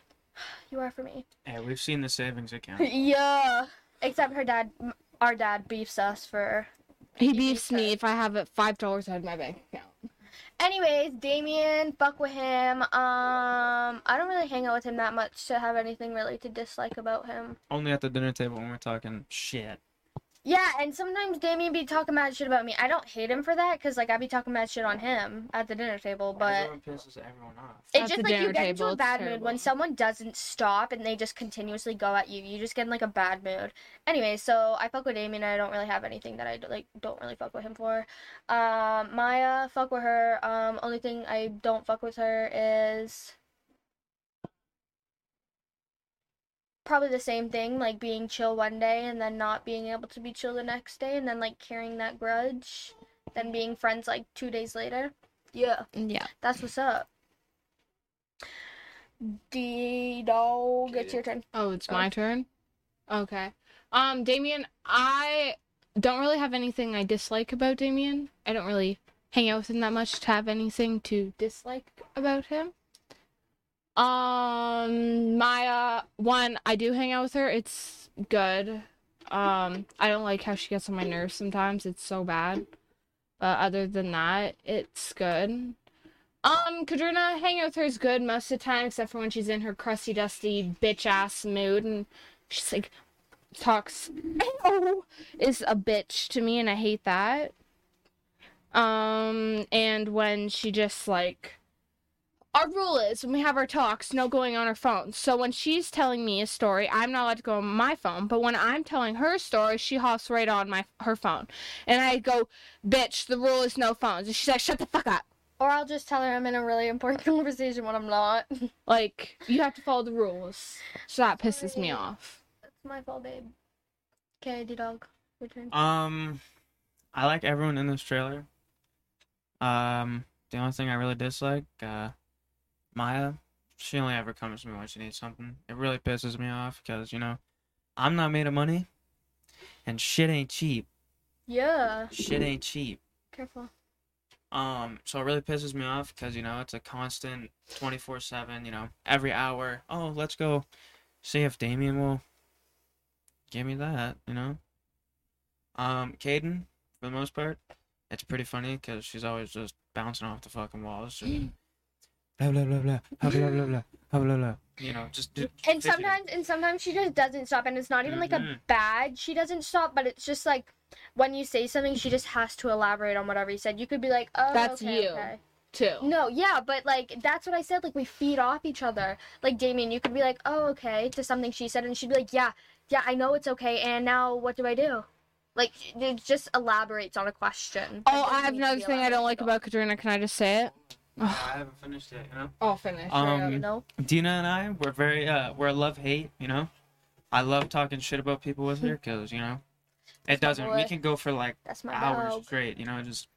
B: You are for me.
C: Yeah, we've seen the savings account.
B: yeah. Except her dad, our dad beefs us for
D: He
B: He
D: beefs
B: beefs her.
D: me if I have it five dollars out of my bank account.
B: Anyways, Damien, fuck with him. Um, I don't really hang out with him that much to have anything really to dislike about him.
C: Only at the dinner table when we're talking shit.
B: Yeah, and sometimes Damien be talking mad shit about me. I don't hate him for that, cause like I be talking mad shit on him at the dinner table, but
C: everyone pisses everyone off.
B: it's
D: At
B: just
D: the
B: like you
D: dinner
B: get into
D: table,
B: a
D: it's
B: bad mood when
D: terrible.
B: someone doesn't stop and they just continuously go at you. You just get in like a bad mood. Anyway, so I fuck with Damien. I don't really have anything that I like. Don't really fuck with him for. Um, Maya, fuck with her. Um, only thing I don't fuck with her is probably the same thing, like being chill one day and then not being able to be chill the next day, and then like carrying that grudge, then being friends like two days later. Yeah.
A: Yeah.
B: That's what's up. D dog, it's your turn.
D: Oh, it's
B: Oh.
D: my turn. Okay. Um, Damien, I don't really have anything I dislike about Damien. I don't really hang out with him that much to have anything to dislike about him. Um, Maya, one, I do hang out with her. It's good. Um, I don't like how she gets on my nerves sometimes. It's so bad. But other than that, it's good. Um, Kadrina, hang out with her is good most of the time, except for when she's in her crusty, dusty, bitch ass mood, and she's like, talks, "Ow," is a bitch to me, and I hate that. Um, and when she just like, our rule is when we have our talks, no going on our phones. So when she's telling me a story, I'm not allowed to go on my phone. But when I'm telling her a story, she hops right on my her phone, and I go, "Bitch, the rule is no phones," and she's like, "Shut the fuck up."
B: Or I'll just tell her I'm in a really important conversation when I'm not. It's
D: Like you have to follow the rules. So that pisses me
B: Sorry.
D: off.
B: my fault, babe. Okay, D dog, your turn.
C: Um, I like everyone in this trailer. Um, the only thing I really dislike, uh, Maya. She only ever comes to me when she needs something. It really pisses me off because you know, I'm not made of money, and shit ain't cheap.
B: Yeah,
C: Shit ain't cheap.
B: careful.
C: Um, so it really pisses me off because you know it's a constant twenty four seven. You know, every hour. Oh, let's go see if Damien will give me that. You know. Um, Caden, for the most part, it's pretty funny because she's always just bouncing off the fucking walls. Just, blah blah blah blah blah blah blah blah blah blah. blah. You know, just, just
B: And
C: fidgeting.
B: sometimes, and sometimes she just doesn't stop, and it's not even like a
C: Mhm.
B: bad she doesn't stop, but it's just like when you say something, she just has to elaborate on whatever you said. You could be like, "Oh,
D: That's
B: okay,
D: you.
B: okay."
D: Too.
B: No, yeah, but like that's what I said. Like we feed off each other. Like Damien, you could be like, "Oh, okay," to something she said, and she'd be like, "Yeah, yeah, I know it's okay." And now what do I do? Like it just elaborates on a question.
D: Oh, I have another thing I don't like about Katrina. Can I just say it?
C: I haven't finished it. You know.
D: I'll Oh, finish.
C: Um,
B: You know,
C: Dina and I, we're very, uh, we're love hate, you know? I love talking shit about people with her because, you know, it
B: my
C: doesn't, we
B: boy.
C: can go for like
B: that's my
C: hours
B: dog.
C: straight, you know, just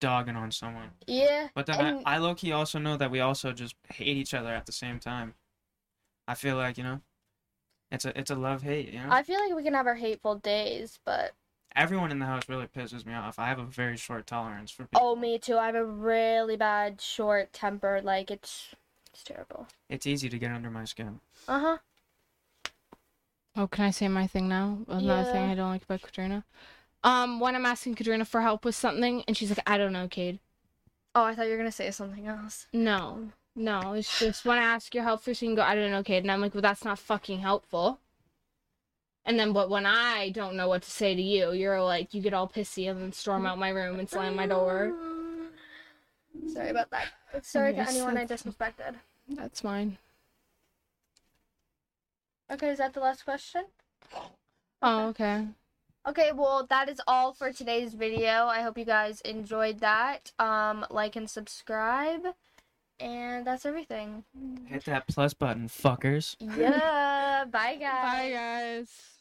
C: dogging on someone.
B: Yeah,
C: But then
B: And-
C: I, I low key also know that we also just hate each other at the same time. I feel like, you know, it's a, it's a love hate, you know?
B: I feel like we can have our hateful days, but
C: everyone in the house really pisses me off. I have a very short tolerance for people.
B: Oh, me too. I have a really bad short temper. Like it's it's terrible.
C: It's easy to get under my skin.
B: Uh huh.
D: Oh, can I say my thing now? Another thing
B: Yeah.
D: I don't like about Katrina. Um, when I'm asking Katrina for help with something, and she's like, "I don't know, Cade."
B: Oh, I thought you were gonna say something else.
D: No, no, it's just when I ask your help for something, you go, "I don't know, Cade," and I'm like, "Well, that's not fucking helpful." And then, but when I don't know what to say to you, you're like, you get all pissy and then storm out my room and slam my door.
B: Sorry about that. Sorry
D: Yes,
B: to anyone I
D: that's-
B: disrespected.
D: That's mine.
B: Okay, is that the last question?
D: Oh, okay.
B: Okay, well, that is all for today's video. I hope you guys enjoyed that. Um, like and subscribe, and that's everything.
C: Hit that plus button, fuckers.
B: Yeah, bye guys.
D: Bye, guys.